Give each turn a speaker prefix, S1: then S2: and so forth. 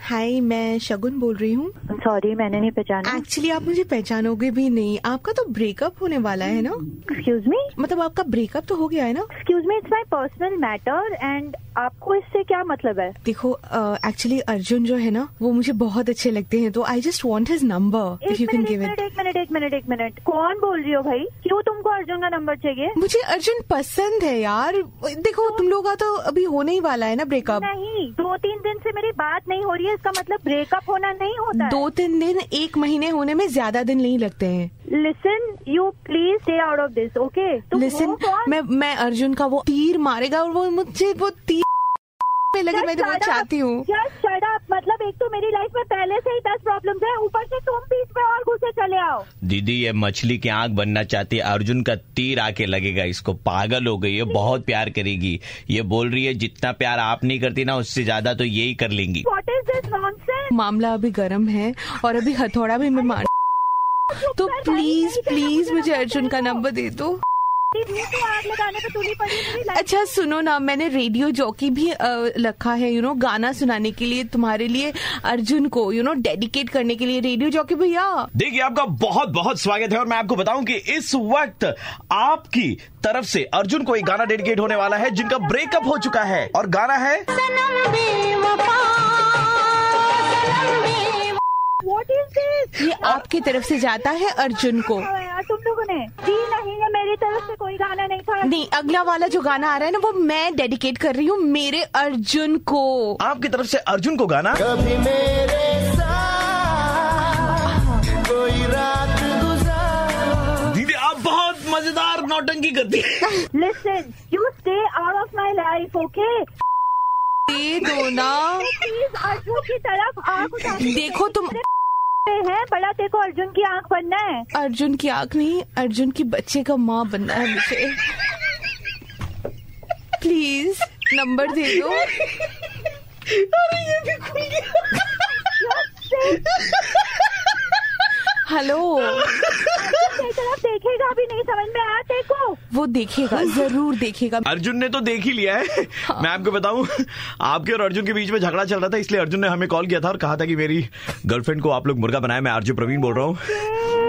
S1: हाय मैं शगुन बोल रही हूँ
S2: सॉरी मैंने नहीं पहचाना
S1: एक्चुअली आप मुझे पहचानोगे भी नहीं आपका तो ब्रेकअप होने वाला है ना
S2: एक्सक्यूज मी
S1: मतलब आपका ब्रेकअप तो हो गया है ना
S2: excuse me it's my personal matter and आपको इससे क्या मतलब है
S1: देखो एक्चुअली अर्जुन जो है ना वो मुझे बहुत अच्छे लगते हैं तो I just want his number if you
S2: एक
S1: कैन
S2: मिनट
S1: गिव
S2: एक
S1: इट
S2: मिनट एक मिनट एक मिनट एक मिनट कौन बोल रही हो भाई क्यों तुमको अर्जुन का नंबर चाहिए
S1: मुझे अर्जुन पसंद है यार देखो तुम लोग का तो अभी होने ही वाला है ना ब्रेकअप
S2: नहीं दो तीन दिन से मेरी बात नहीं हो रही है इसका मतलब ब्रेकअप होना नहीं होता
S1: दो तीन दिन एक महीने होने में ज्यादा दिन नहीं लगते हैं
S2: listen you please stay out of this okay तुम
S1: लेकिन
S2: तो हो कौन?
S1: मैं मैं अर्जुन का वो तीर मारेगा और वो मुझे वो तीर में लगे मैं तो वो चाहती हूँ
S2: जस्ट शट अप मतलब एक तो मेरी लाइफ में पहले से ही दस प्रॉब्लम्स है ऊपर से तुम बीच में और घुसे चले आओ
S3: दीदी ये मछली की आंख बनना चाहती है अर्जुन का तीर आके लगेगा इसको पागल हो गई है बहुत प्यार करेगी ये बोल रही है जितना प्यार आप नहीं करती ना उससे ज्यादा तो यही कर लेंगी
S2: व्हाट इज दिस नॉनसेंस
S1: मामला अभी गर्म है और अभी हथौड़ा भी मैं मार तो प्लीज प्लीज मुझे अर्जुन का नंबर दे दो
S2: तो आग लगाने पे तुली पड़ी मेरी लाइफ
S1: अच्छा सुनो ना मैंने रेडियो जॉकी भी अ, रखा है यू नो गाना सुनाने के लिए तुम्हारे लिए अर्जुन को यू नो डेडिकेट करने के लिए रेडियो जॉकी भैया
S3: देखिए आपका बहुत बहुत स्वागत है और मैं आपको बताऊं कि इस वक्त आपकी तरफ से अर्जुन को एक गाना डेडिकेट होने वाला है जिनका ब्रेकअप हो चुका है और गाना है
S2: व्हाट इज दिस
S1: ये आपकी तरफ से जाता है अर्जुन को
S2: हाँ यार तुम लोगों ने जी नहीं ये मेरी तरफ से कोई गाना नहीं था
S1: नहीं अगला वाला जो गाना आ रहा है ना वो मैं डेडिकेट कर रही हूँ मेरे अर्जुन को
S3: आपकी तरफ से अर्जुन को गाना
S4: कभी मेरे साथ कोई रात गुजार
S3: दीदी आप बहुत मजेदार नौटंकी करती है
S2: listen you stay out of my life okay
S1: दे दो ना
S2: प्लीज तो अर्जुन की तरफ आंख उठा
S1: देखो तुम
S2: है बड़ा देखो अर्जुन की आंख बनना है
S1: अर्जुन की आंख नहीं अर्जुन की बच्चे का माँ बनना है मुझे प्लीज नंबर दे दो हेलो
S2: मेरी तरफ देखेगा भी नहीं समझ में आया देखो
S1: वो देखेगा जरूर देखेगा
S3: अर्जुन ने तो देख ही लिया है मैं आपको बताऊं आपके और अर्जुन के बीच में झगड़ा चल रहा था इसलिए अर्जुन ने हमें कॉल किया था और कहा था कि मेरी गर्लफ्रेंड को आप लोग मुर्गा बनाए मैं आरजू प्रवीण बोल रहा हूँ